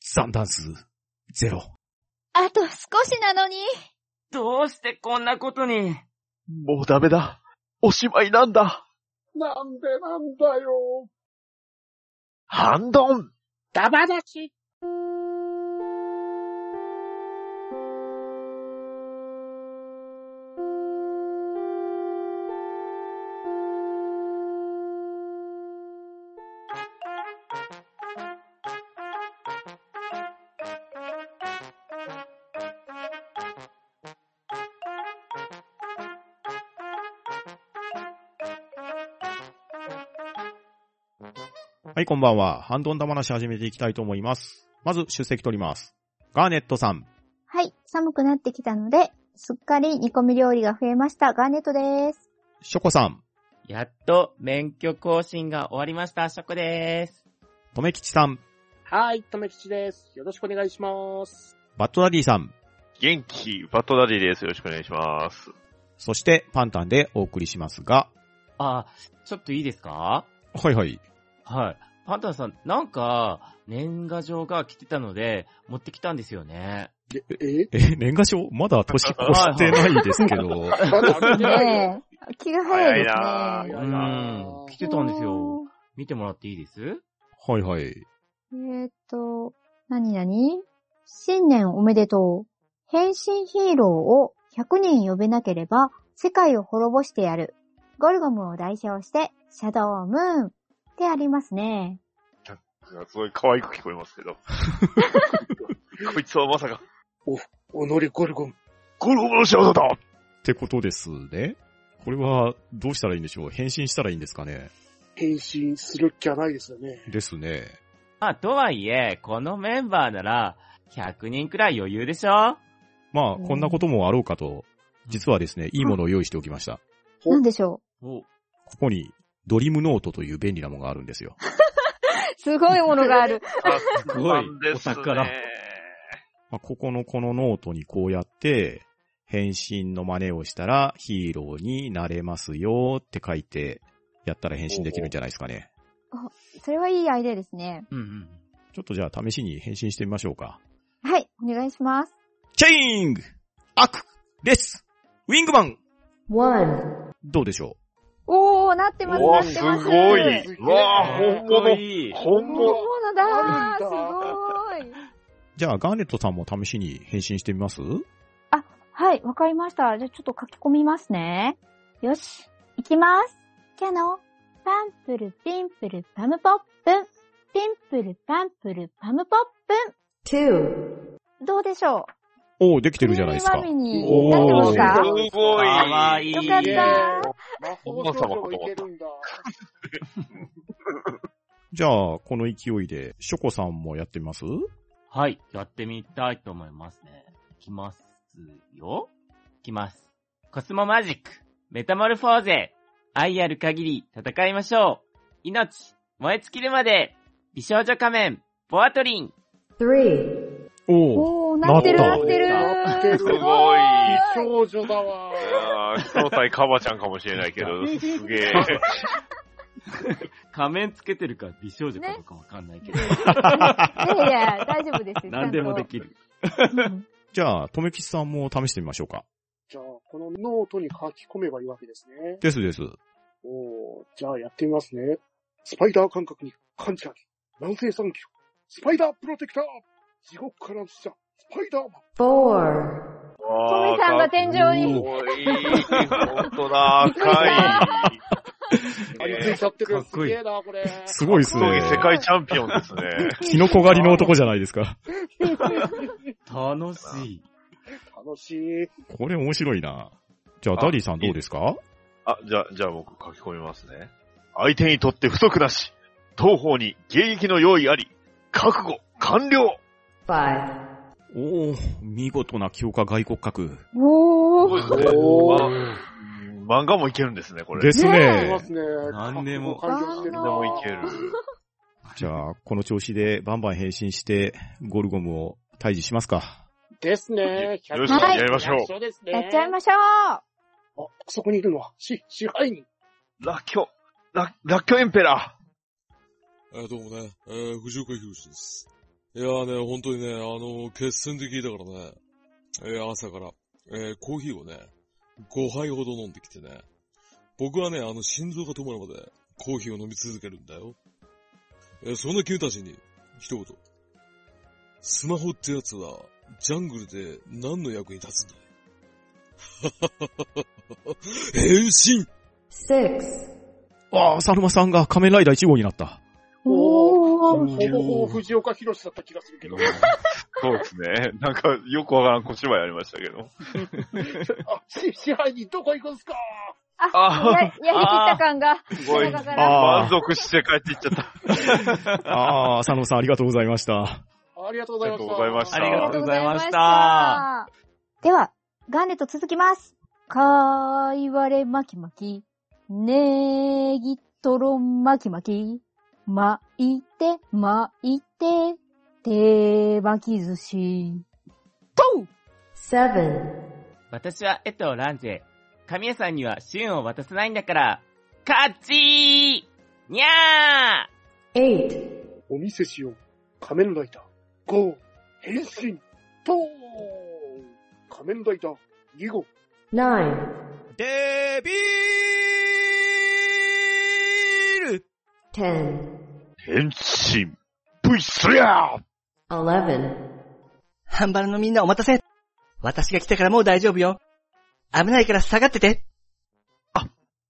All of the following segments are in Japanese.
三段数、ゼロ。あと少しなのに。どうしてこんなことに。もうダメだ。おしまいなんだ。なんでなんだよ。ハンドンダバ出し。はい、こんばんは。ハンドン玉なし始めていきたいと思います。まず、出席取ります。ガーネットさん。はい、寒くなってきたので、すっかり煮込み料理が増えました。ガーネットです。ショコさん。やっと免許更新が終わりました。ショコでーす。とめきちさん。はい、とめきちです。よろしくお願いします。バットダディさん。元気、バットダディです。よろしくお願いします。そして、パンタンでお送りしますが。あ、ちょっといいですかはいはい。はい。パンタンさん、なんか、年賀状が来てたので、持ってきたんですよね。ええ、年賀状まだ年越してないですけど。まだ開けてないよ。ねえ、気が早いですね。早いうなーぁん。来てたんですよ。。見てもらっていいですはいはい。えーっと、なになに新年おめでとう。変身ヒーローを100人呼べなければ世界を滅ぼしてやる。ゴルゴムを代表してシャドウムーンってありますね。すごい可愛く聞こえます けど。こいつはまさか、おのりゴルゴン。ゴロゴロしようだってことですね。これは、どうしたらいいんでしょう変身したらいいんですかね変身するっきゃないですよね。ですね。まあ、とはいえ、このメンバーなら、100人くらい余裕でしょまあ、うんこんなこともあろうかと、実はですね、いいものを用意しておきました。おなんでしょお、ここに、ドリムノートという便利なものがあるんですよ。う。 すごいものがある。 あ、すごいお宝まあ、ここのこのノートにこうやって、変身の真似をしたらヒーローになれますよって書いて、やったら変身できるんじゃないですかね。それはいいアイデアですね。うんうん。ちょっとじゃあ試しに変身してみましょうか。はい、お願いします。チェイング悪レスウィングマン one. どうでしょおー、なってます、おなーっすてます。ごすいげえうわかあっ本こ物いい。本本物物だあるんだー、すごい。うじゃあガーネットさんも試しに変身してみますはい、わかりました。じゃあちょっと書き込みますね。よし、いきます。キャノン、パンプル、ピンプル、パムポップン。ピンプル、パンプル、パムポップン。2。どうでしょうおお、できてるじゃないですか耳。におなってますーかすごいかわいい。よかっイエた。魔法少女もいけるんだ。じゃあ、この勢いで、ショコさんもやってみますはい、やってみたいと思いますね。いきますよ。いきます。コスモマジック、メタモルフォーゼ、愛ある限り戦いましょう。命、燃え尽きるまで、美少女仮面、ボアトリン。おお、おー、なってる、ななったってる。なってるすごい。す少女だわ。あー正体カバちゃんかもしれないけど、すげえ。 仮面つけてるか美少女かどうかわかんないけど、いやいや、大丈夫ですよ。何でもできる。ちゃんとうんじゃあ、とめきちさんも試してみましょうか。じゃあ、このノートに書き込めばいいわけですね。ですです。おー、じゃあやってみますね。スパイダー感覚に感謝。南西産業。スパイダープロテクター。地獄からの使者。スパイダーマン。トトミさんが天井すに。ごい。本当だ、赤い。あ、えーついちゃってかる。っすこいいげえな、これ。すごいです格ね闘。技世界チャンピオンですね。キノコ狩りの男じゃないですか。楽しい。楽しい。これ面白いな。じゃあ、ダディさんどうですかあ、じゃあ、じゃあ僕書き込みますね。相手にとって不足なし。当方に迎撃の用意あり。覚悟、完了おお見事な強化外骨格。おー。おーま漫画もいけるんですね、これ。ですいねま。すね。何でも完了してるでもいける。じゃあ、この調子でバンバン変身して、ゴルゴムを退治しますか。ですね。よしはいやりましょううですね。やっちゃいましょうあ、そこにいるのは、し、支配人。ラッキョ、ラ、ラッキョエンペラあどうもね、えー、藤岡博士です。いやーね、本当にね、あのー決戦で聞いたからね、えー朝から、えーコーヒーをね、5杯ほど飲んできてね、僕はね、あの、心臓が止まるまでコーヒーを飲み続けるんだよ。えーそんな君たちに、一言。スマホってやつは、ジャングルで何の役に立つん だ変身 six, ああ、サルマさんが仮面ライダー1号になった。おほー。ぼほぼ藤岡弘だった気がするけど。そうですね。なんか、よくわからん小芝居ありましたけど。あ、し支配人どこ行くんすかあ、や、やりきった感が。すごい。だかあら。満足して帰っていっちゃった。ああ、サルマさんありがとうございました。ありがとうございました。ありがとうございましたありがとうございましたありがとうございました。では、ガンレット続きます。かいわれ巻き巻き、ねぎとろ巻き巻き、巻いて巻いて、手巻き寿司。と seven, 私は江藤蘭勢。神谷さんには旬を渡さないんだから、勝ちーにゃ eight, お見せしよう。仮面ライダー、ゴー、変身、ポーン仮面ライダー、2号、 nine, デビール ten, 変身 !V スリャー eleven, ハンバルのみんなお待たせ。私が来たからもう大丈夫よ。危ないから下がってて。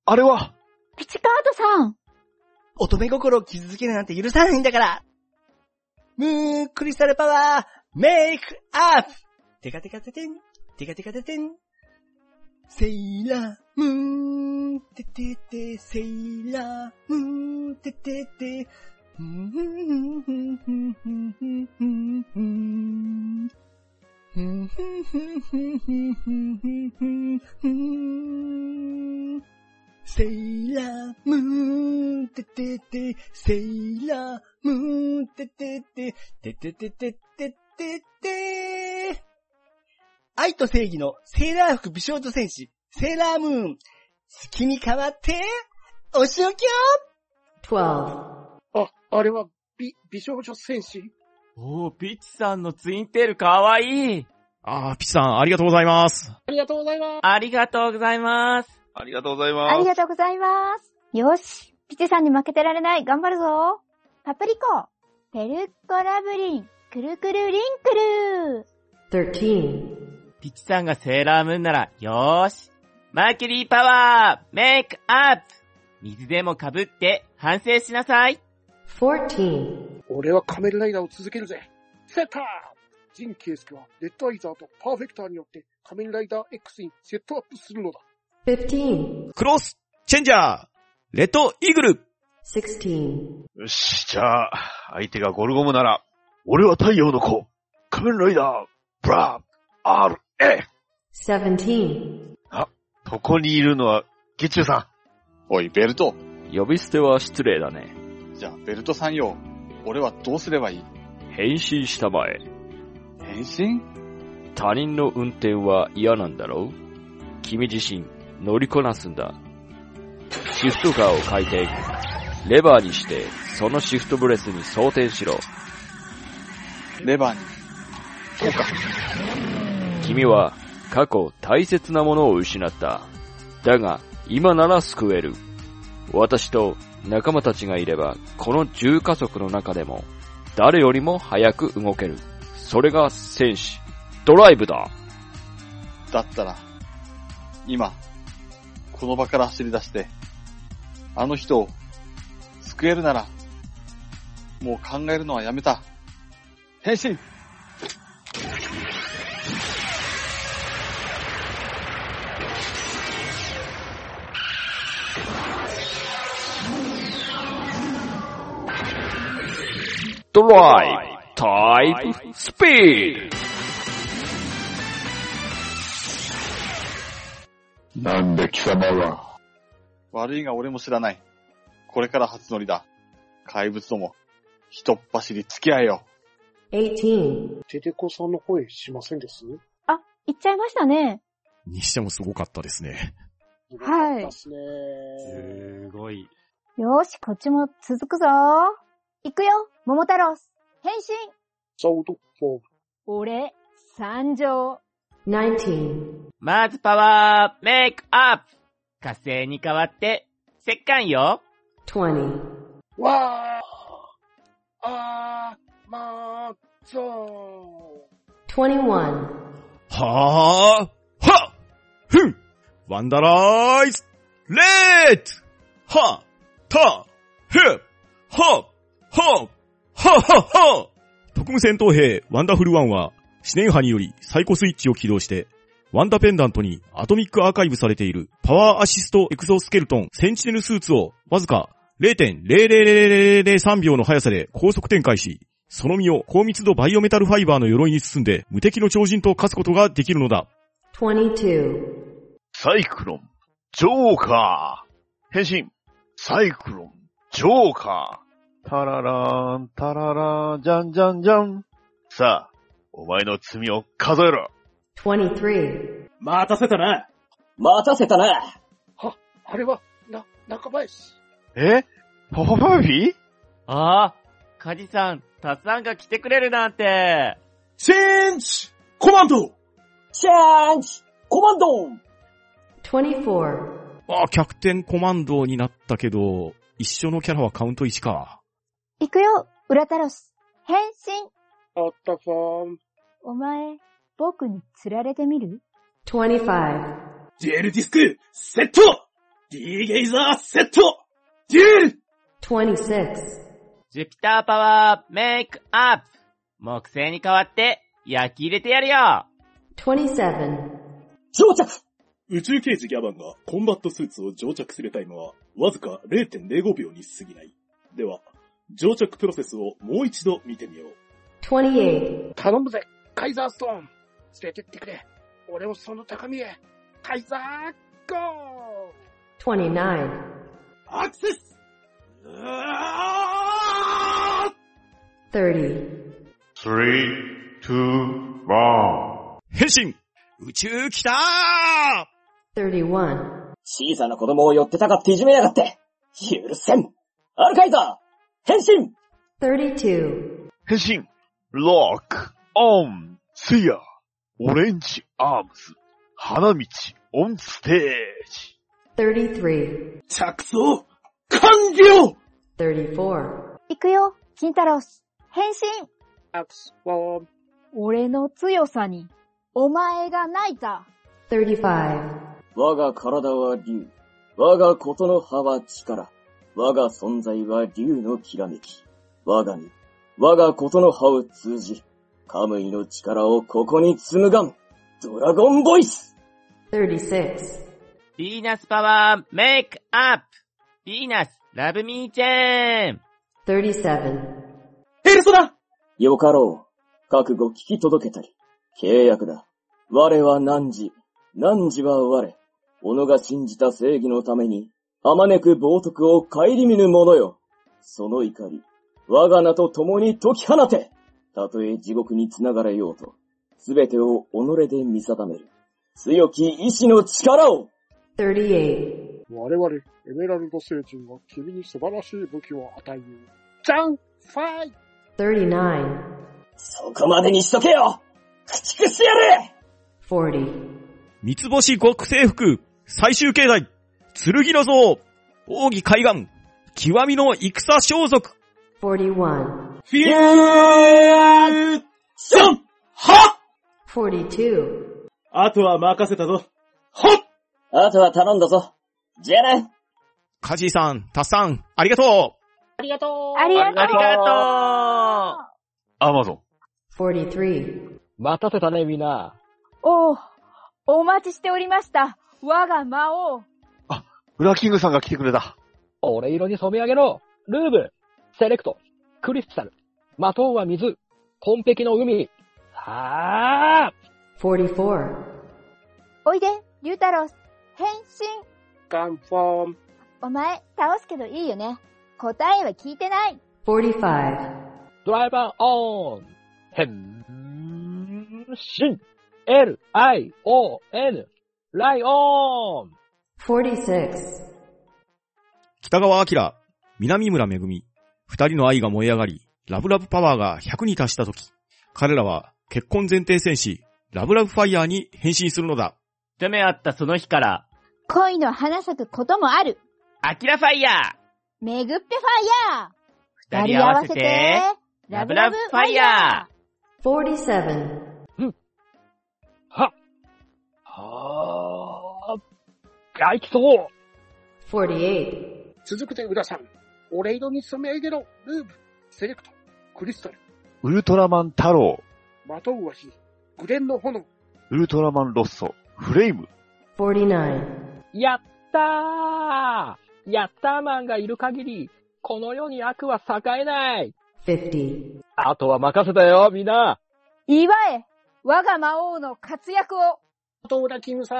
あれはピチカートさん乙女心を傷つけるなんて許さないんだから。ムーンクリスタルパワー、メイクアップテカテカテテン、テカテカテテン。セイラームーン、テテテ、セイラームーン、テテテ、ふんふんふんふんふんふんふんふんふんふんふんふんふんふんふんふんふんセイラームーン、ててて、セイラームーン、ててて、ててててててて。愛と正義のセーラー服美少女戦士、セーラームーン。好きに変わって、お仕置きよ twelve, あ、あれは、美、美少女戦士ーおー、ピッチさんのツインテールかわいいああ、ピチさんありがとうございます。ありがとうございます。ありがとうございますありがとうございあまりす。がとうございます。よし。ピチさんに負けてられない。頑張るぞ。パプリコ。ペルッコラブリン。くるくるリンクル。 thirteen, ピッチさんがセーラームーンなら、よーしマーキュリーパワーメイクアップ水でもかぶって反省しなさい fourteen, 俺は仮面ライダーを続けるぜ。セッタージン・ケイスケは、レッドアイザーとパーフェクターによって、仮面ライダー X にセットアップするのだ。 fifteen, クロス、チェンジャー、レッドイーグル sixteen, よし、じゃあ、相手がゴルゴムなら、俺は太陽の子、仮面ライダー、ブラー、RA! seventeen, ここにいるのは、ゲチュさおい、ベルト。呼び捨ては失礼だね。じゃあ、ベルトさんよ。俺はどうすればいい変身したまえ。変身他人の運転は嫌なんだろう君自身乗りこなすんだ。シフトカーを変えて、レバーにして、そのシフトブレスに装填しろ。レバーに。君は過去大切なものを失った。だが、今なら救える。私と仲間たちがいれば、この重加速の中でも、誰よりも早く動ける。それが戦士、ドライブだ。だったら、今、この場から走り出して、あの人を救えるなら、もう考えるのはやめた。変身ドライブ、タイプ、スピードなんで貴様は、悪いが俺も知らない。これから初乗りだ。怪物ども、ひとっ走り付き合えよ。 eighteen, テテコさんの声しませんですあ、行っちゃいましたね。にしてもすごかったですね。はいですね。すごい。よーし、こっちも続くぞー。行くよ、桃太郎。変身ソードフォー俺、参上。 19, まずパワーメイクアップ火星に変わって、石棺よ 20, ム。わーあー、まー、ぞ 21, はぁはふんワンダライズレッドはたふははははは特務戦闘兵ワンダフルワンは、四年波によりサイコスイッチを起動して、ワンダペンダントにアトミックアーカイブされているパワーアシストエクゾスケルトンセンチネルスーツをわずか0.00003秒の速さで高速展開し、その身を高密度バイオメタルファイバーの鎧に包んで無敵の超人と化すことができるのだ。 22, サイクロン、ジョーカー。変身、サイクロン、ジョーカー。タララーン、タララーン、じゃんじゃんじゃん。さあ、お前の罪を数えろ。 23, 待たせたな。待たせたな。あれは、な、中林。えパパパビーああ、カジさん、タツさんが来てくれるなんて。チェンジコマンドチェンジコマンド 24, ああ、逆転コマンドになったけど、一緒のキャラはカウント1か。行くよ、裏タロス。変身あったさーん。お前、僕に釣られてみる 25, デュエルディスクセット !D ゲイザーセットデュエル 26, ジュピターパワーメイクアップ木星に変わって、焼き入れてやるよ 27, 乗着宇宙刑事ギャバンがコンバットスーツを乗着するタイムはわずか0.05秒に過ぎない。では、乗着プロセスをもう一度見てみよう。 28, 頼むぜ、カイザーストーン。連れてってくれ。俺をその高みへ。カイザー、ゴー 29, アクセスうわー 30, 3、2、1。変身宇宙来たー 31, 小さな子供を寄ってたかっていじめやがって許せんアルカイザー変身 32, 変身、ロック、オン、ツヤ、オレンジアームズ、花道、オンステージ。 33, 着想完了 34, 行くよ、金太郎ス。変身アクスフォーム。俺の強さに、お前が泣いた。 35, 我が体は竜。我がことの葉は力。我が存在は竜のきらめき。我が身。我がことの葉を通じ、カムイの力をここに紡がん。ドラゴンボイス 36, ヴィーナスパワーメイクアップヴィーナス、ラブミーチェーン 37, エルソだよかろう。覚悟聞き届けたり。契約だ。我は何時。何時は我。己が信じた正義のために、あまねく冒涜を顧みぬ者よ。その怒り、我が名と共に解き放てたとえ地獄に繋がれようと、すべてを己で見定める。強き意志の力を 38, 我々、エメラルド星人は君に素晴らしい武器を与えよう。じゃんファイ 39, そこまでにしとけよ駆逐してやれ 40, 三つ星極征服最終形態剣の像奥義海岸極みの戦装束 41, フィューションは 42, あとは任せたぞ。はっあとは頼んだぞ。じゃあね。カジーさん、タスさん、ありがとうありがとありがとうありがとうアマゾン。 43, 待たせたね、みんな。おう、お待ちしておりました。我が魔王。ブラキングさんが来てくれた。俺色に染め上げろ。ルーブ、セレクト、クリスタル、マトウは水、コンペキの海。はあ 44, おいで、龍太郎ス。変身ガンフォーム。お前、倒すけどいいよね。答えは聞いてない。 45, ドライバーオン変身 !L-I-O-N ライオン 46, 北川明、南村めぐみ、二人の愛が燃え上がり、ラブラブパワーが100に達した時、彼らは結婚前提戦士、ラブラブファイヤーに変身するのだ。ダメあったその日から、恋の花咲くこともある。アキラファイヤーめぐってファイヤー二人合わせて、ラブラブファイヤー !47 あー、外気そう48続くて浦さん、お礼色に染め上げろ、ルーブ、セレクト、クリスタル、ウルトラマン太郎、まとうは火、グレンの炎、ウルトラマンロッソ、フレイム、 49やったーやったーマンがいる限り、この世に悪は栄えない50あとは任せたよ、みんな祝え我が魔王の活躍を後浦キムさ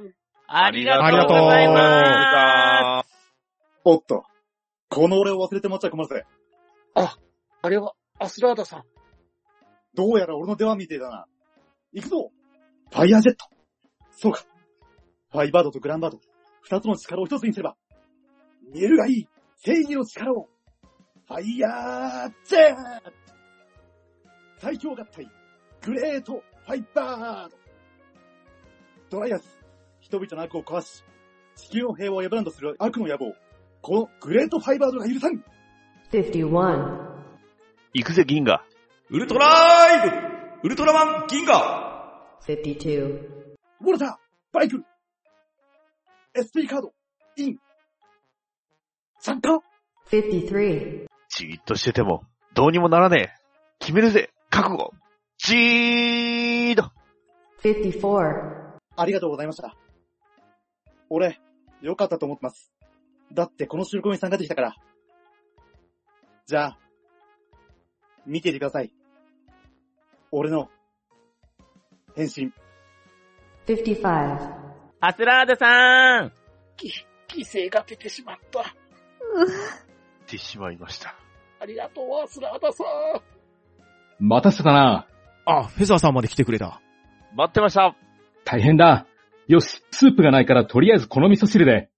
ん。ーありがありとうがとうござございいまます。おっと。この俺を忘れてもらっちゃ困るぜ。あれは、アスラーダさん。どうやら俺の出番みてえだな。行くぞファイヤージェットそうか。ファイバードとグランバード、二つの力を一つにすれば、見えるがいい正義の力をファイヤージェット最強合体、グレートファイバードドライアス、人々の悪を壊し、地球の平和を破らんとする悪の野望、このグレートファイバードが許さん51行くぜ銀河、ウルトライブウルトラマン銀河52ウォルター、バイク、SP カード、イン、参加53じーっとしてても、どうにもならねえ。決めるぜ覚悟じード54ありがとうございました。俺、良かったと思ってます。だってこの収録に参加できたから。じゃあ、見ていてください。俺の、変身。 55アスラーダさんき、規制が出てしま った。ってしまいました。ありがとう、アスラーダさん。待たせたな。あ、フェザーさんまで来てくれた。待ってました。大変だ。よし、スープがないからとりあえずこの味噌汁で。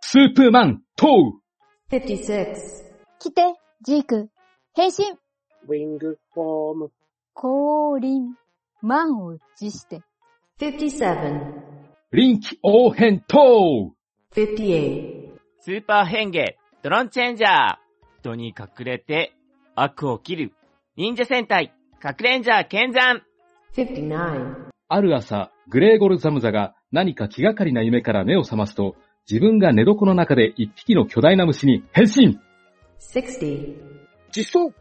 スープマン、とう56来て、ジーク。変身ウィングフォーム。降臨。満を持して。 57臨機応変とう58スーパー変化、ドロンチェンジャー人に隠れて、悪を切る。忍者戦隊、隠れんじゃー剣山59ある朝、グレーゴルザムザが何か気がかりな夢から目を覚ますと、自分が寝床の中で一匹の巨大な虫に変身60実装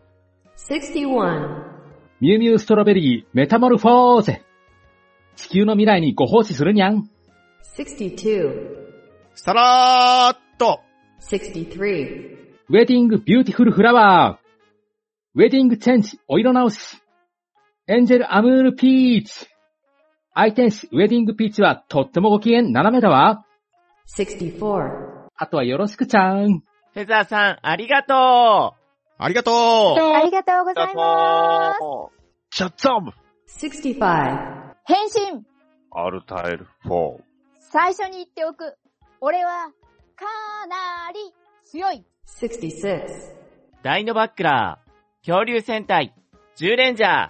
61ミュウミュウストロベリー、メタモルフォーゼ地球の未来にご奉仕するにゃん62さらーっと、 63ウェディングビューティフルフラワー。ウェディングチェンジお色直し。エンジェルアムールピーチ。愛天使ウェディングピーチはとってもご機嫌斜めだわ。 64あとはよろしくちゃん。フェザーさん、ありがとうありがとありがとうございます。シャッツアーム65変身アルタエル4。最初に言っておく。俺は、かなり強い。 66ダイノバックラー、恐竜戦隊、ジューレンジャー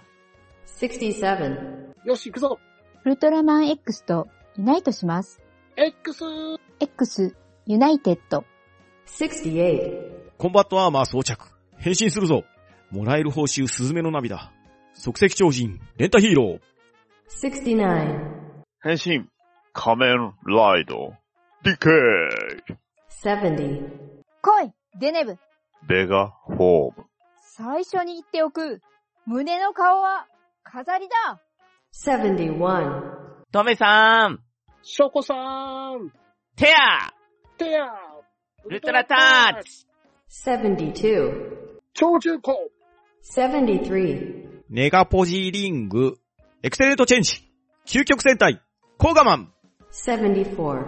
67よし、行くぞ。ウルトラマン X とユナイトします。 X! X、ユナイテッド。 68うコンバットアーマー装着。変身するぞもらえる報酬スズメの涙。即席超人、レンタヒーロー。 69変身仮面ライド、DK! 70来いデネブベガフォーム、最初に言っておく。胸の顔は、飾りだ71トメさん、ショコさん。テアテアウルトラタッチ72超重工73ネガポジリング、エクセレートチェンジ、究極戦隊、コーガマン。 74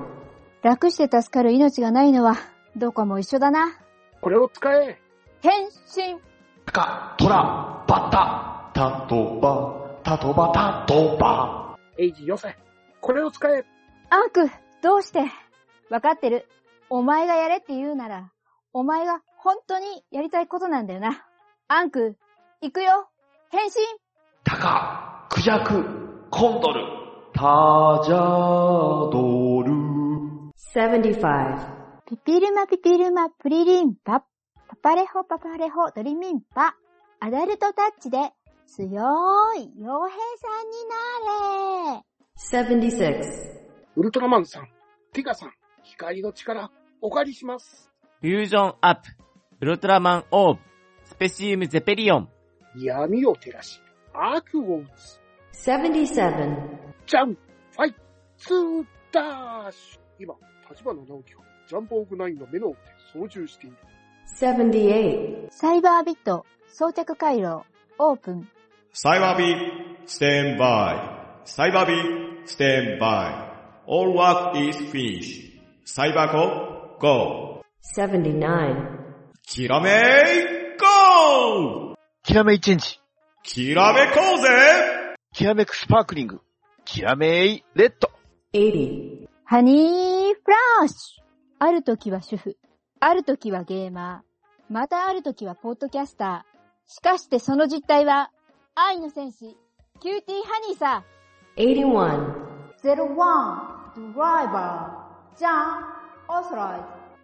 楽して助かる命がないのは、どこも一緒だな。これを使え変身カ、トラ、バッタ、タトバ、タトバ、タトバ。エイジよせこれを使えアンク、どうしてわかってる。お前がやれって言うなら、お前が本当にやりたいことなんだよな。アンク、行くよ変身クジャク、コンドル、タジャドル。 75. ピピルマピピルマプリリンパ。パパレホパパレホドリミンパ。アダルトタッチで強い傭兵さんになれ。 76. ウルトラマンさん、ティガさん、光の力、お借りします。フュージョンアップ、ウルトラマンオーブ、スペシウムゼペリオン、闇を照らし、悪を打つ。 77. ジャン、ファイ、ツー、ダッシュ。今、立花直樹は、ジャンボーグナインの目の奥で操縦している。 78. サイバービット装着回路オープン。サイバービー、ステンバイ。サイバービー、ステンバイ。All work is finished. サイバーコ、ゴー。 79. きらめい、ゴーきらめいチェンジ。きらめこうぜきらめくスパークリング。きらめいレッド。 80. ハニーフラッシュある時は主婦。ある時はゲーマー。またある時はポッドキャスター。しかしてその実態は、愛の戦士、キューティーハニーさ。 81. 01、ドライバー、ジャン、オスラ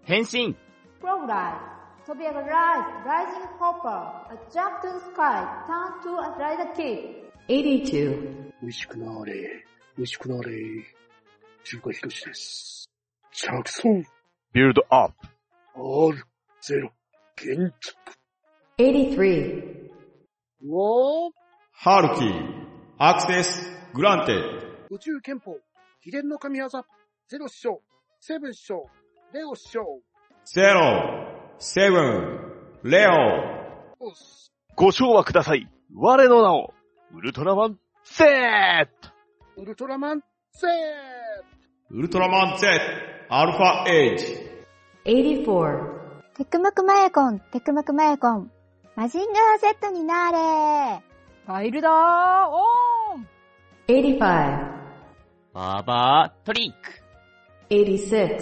イズ。変身プログライ飛び上がるライズ、ライジングホッパー、アジャクトゥスカイ、ターントゥアライダーキー。 82. 美味しくなれ、美味しくなれ。中華ひろしです。着想、ビルドアップ。 R、ゼロ、建築。 83. わー、ハルキー、アクセス、グランテッド。宇宙憲法、秘伝の神業、ゼロ師匠、セブン師匠、レオ師匠、ゼロ、セブン、レオ。ご賞はください。我の名を、ウルトラマン、セーウルトラマン、セーウルトラマン Z、アルファエイジ。 84. テクマクマヤコン、テクマクマヤコン。マジンガー Z になれ。ファイルダーオン 85. バーバートリック、 86.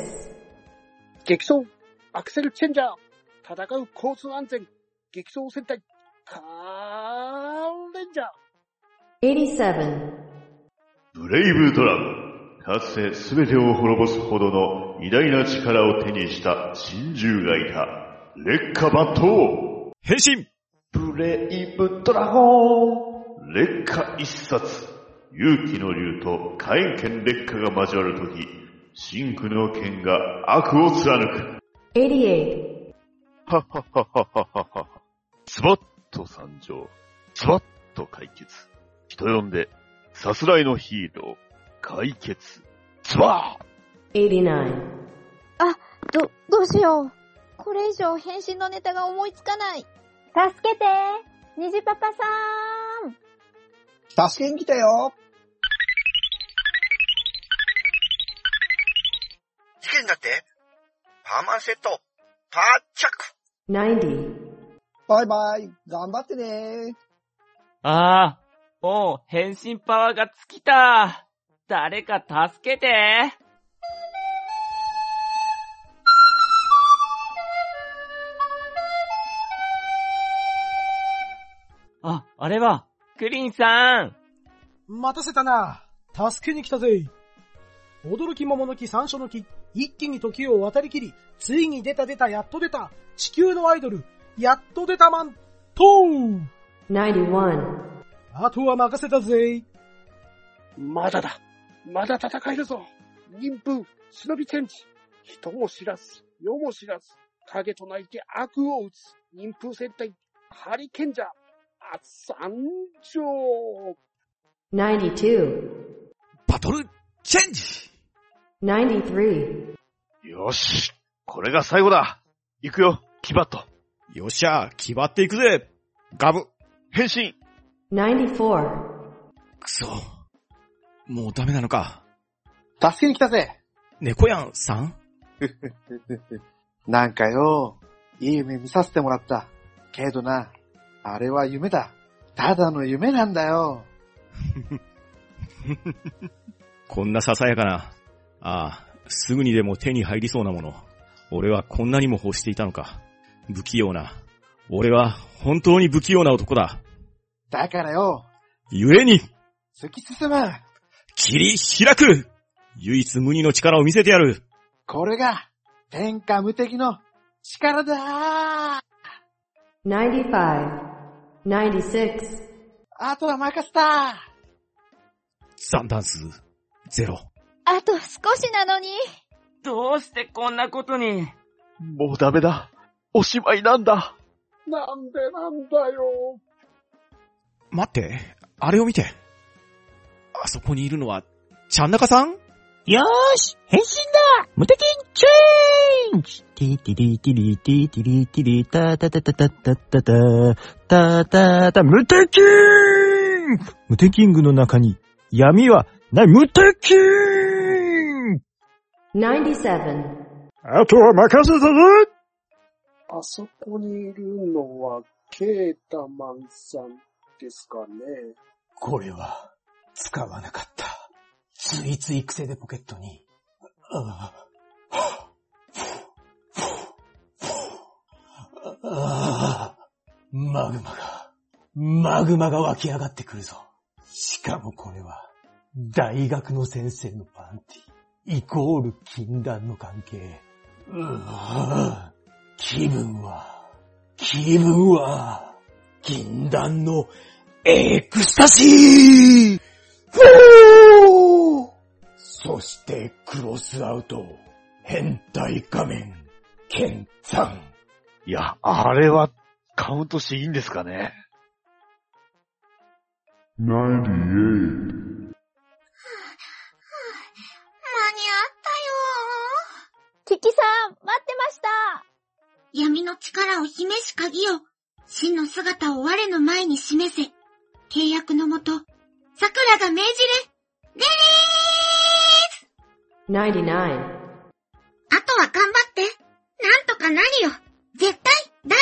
激走、アクセルチェンジャー、戦う交通安全、激走戦隊、カーレンジャー。 87. ブレイブドラム。かつて全てを滅ぼすほどの偉大な力を手にした神獣がいた。劣化抜刀。変身ブレイブドラゴン。劣化一冊。勇気の竜と火炎剣劣化が交わるとき、真紅の剣が悪を貫く。 88. はっはっはっはっはっは。ズバッと参上。ズバッと解決。人呼んで、さすらいのヒーロー、解決。ズバー 89. あ、ど、どうしよう。これ以上変身のネタが思いつかない。助けて虹パパさーん助けに来たよ事件だってパーマンセット、パーチャック 90. バイバイ頑張ってねあー、もう変身パワーが尽きた。誰か助けて。あ、あれは、クリンさん。待たせたな。助けに来たぜ。驚き桃の木山椒の木、一気に時を渡りきり、ついに出た出たやっと出た、地球のアイドル、やっと出たマン、トー 91. あとは任せたぜ。まだだ。まだ戦えるぞ。忍風、忍びチェンジ。人も知らず、世も知らず、影と泣いて悪を打つ。忍風戦隊、ハリケンジャー、あ三条。 92. バトル、チェンジ 93. よし。これが最後だ。行くよ、キバット。よっしゃ、気張っていくぜガブ変身 94. くそ。もうダメなのか。助けに来たぜ猫やんさん なんかよ、いい夢見させてもらった。けどな、あれは夢だ。ただの夢なんだよ。こんなささやかな。ああ、すぐにでも手に入りそうなもの。俺はこんなにも欲していたのか。不器用な。俺は本当に不器用な男だ。だからよ、ゆえに、突き進む切り開く唯一無二の力を見せてやるこれが、天下無敵の力だ95 96あとは任せた残弾数、ゼロ。あと少しなのに。どうしてこんなことに。もうダメだ。おしまいなんだ。なんでなんだよ。待って、あれを見て。あそこにいるのは、ちゃんなかさんよーし変身だ無敵チェーンジティティリティリティティリティリタタタタタタタタタタタ無敵無敵キングの中に闇はない無敵97あとは任せたぞあそこにいるのは、ケータマンさんですかね。これは、使わなかった。ついつい癖でポケットに。ああああマグマが、マグマが湧き上がってくるぞ。しかもこれは、大学の先生のパンティ、イコール禁断の関係。うわ気分は、気分は、禁断のエクスタシーふぅーそしてクロスアウト、変態仮面、ケンさん。いや、あれはカウントしていいんですかね。 98キキさん、待ってました闇の力を示し鍵を、真の姿を我の前に示せ。契約のもと、桜が命じる。レリー99あとは頑張って。なんとかなるよ。絶対、大丈夫だ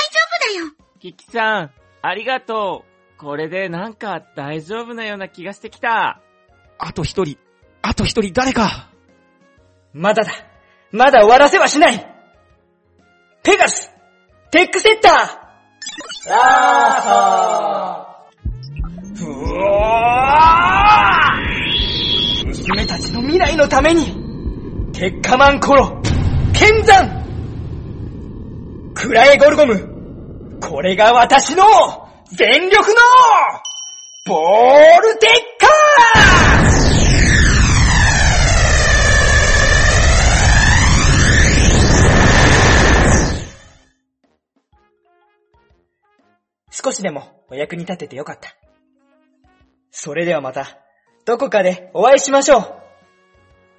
よ。キキさん、ありがとう。これでなんか大丈夫なような気がしてきた。あと一人、あと一人誰かまだだまだ終わらせはしないペガステックセッターあーふおー娘たちの未来のために鉄火マンコロ剣山クラエゴルゴムこれが私の全力のボールテッカ少しでもお役に立ててよかった。それではまた、どこかでお会いしましょう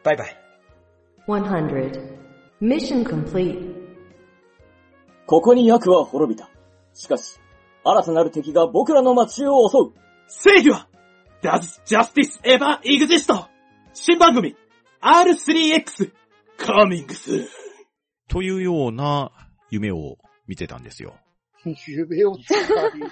バイバイ。 100 Mission complete. ここに役は滅びた。しかし、新たなる敵が僕らの街を襲う。正義は Does Justice Ever Exist? 新番組 R3X Coming Soon というような夢を見てたんですよ。夢を つかり。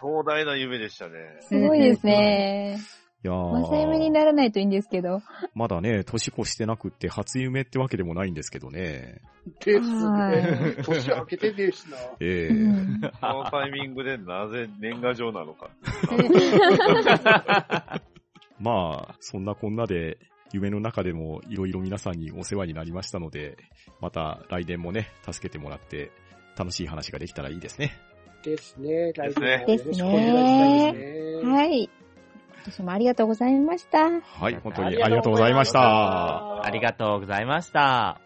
壮大な夢でしたね。すごいですね。いやまあ、早めにー、ならないといいんですけど。まだね、年越してなくって初夢ってわけでもないんですけどね。ですはね。年明けてねえしな。ええこのタイミングでなぜ年賀状なのか。 まあ、そんなこんなで、夢の中でもいろいろ皆さんにお世話になりましたので、また来年もね、助けてもらって、楽しい話ができたらいいですね。ですね。来年もよですろしくお願いしたいですね。ね。はい。今年もありがとうございました。はい、本当にありがとうございました。ありがとうございました。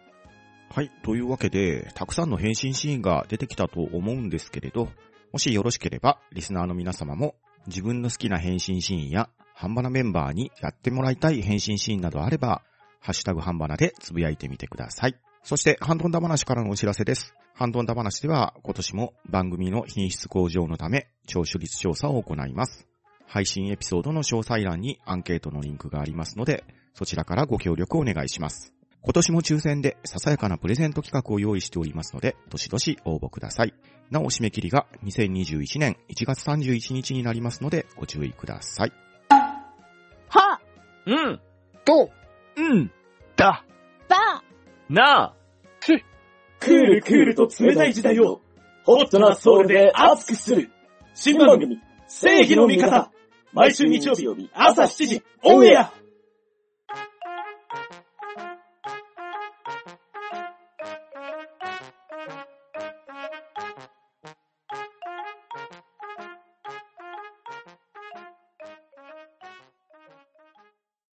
はい。というわけで、たくさんの変身シーンが出てきたと思うんですけれど、もしよろしければ、リスナーの皆様も、自分の好きな変身シーンや、ハンバナメンバーにやってもらいたい変身シーンなどあれば、ハッシュタグハンバナでつぶやいてみてください。そして、ハンドンダ話からのお知らせです。ハンドンダ話では、今年も番組の品質向上のため、聴取率調査を行います。配信エピソードの詳細欄にアンケートのリンクがありますので、そちらからご協力をお願いします。今年も抽選でささやかなプレゼント企画を用意しておりますので、どしどし応募ください。なお締め切りが2021年1月31日になりますので、ご注意ください。は、うん、と、うん、だ、ば、なあ、クールクールと冷たい時代を、ホットなソウルで熱くする。新番組、正義の味方、毎週日曜日、朝7時、オンエア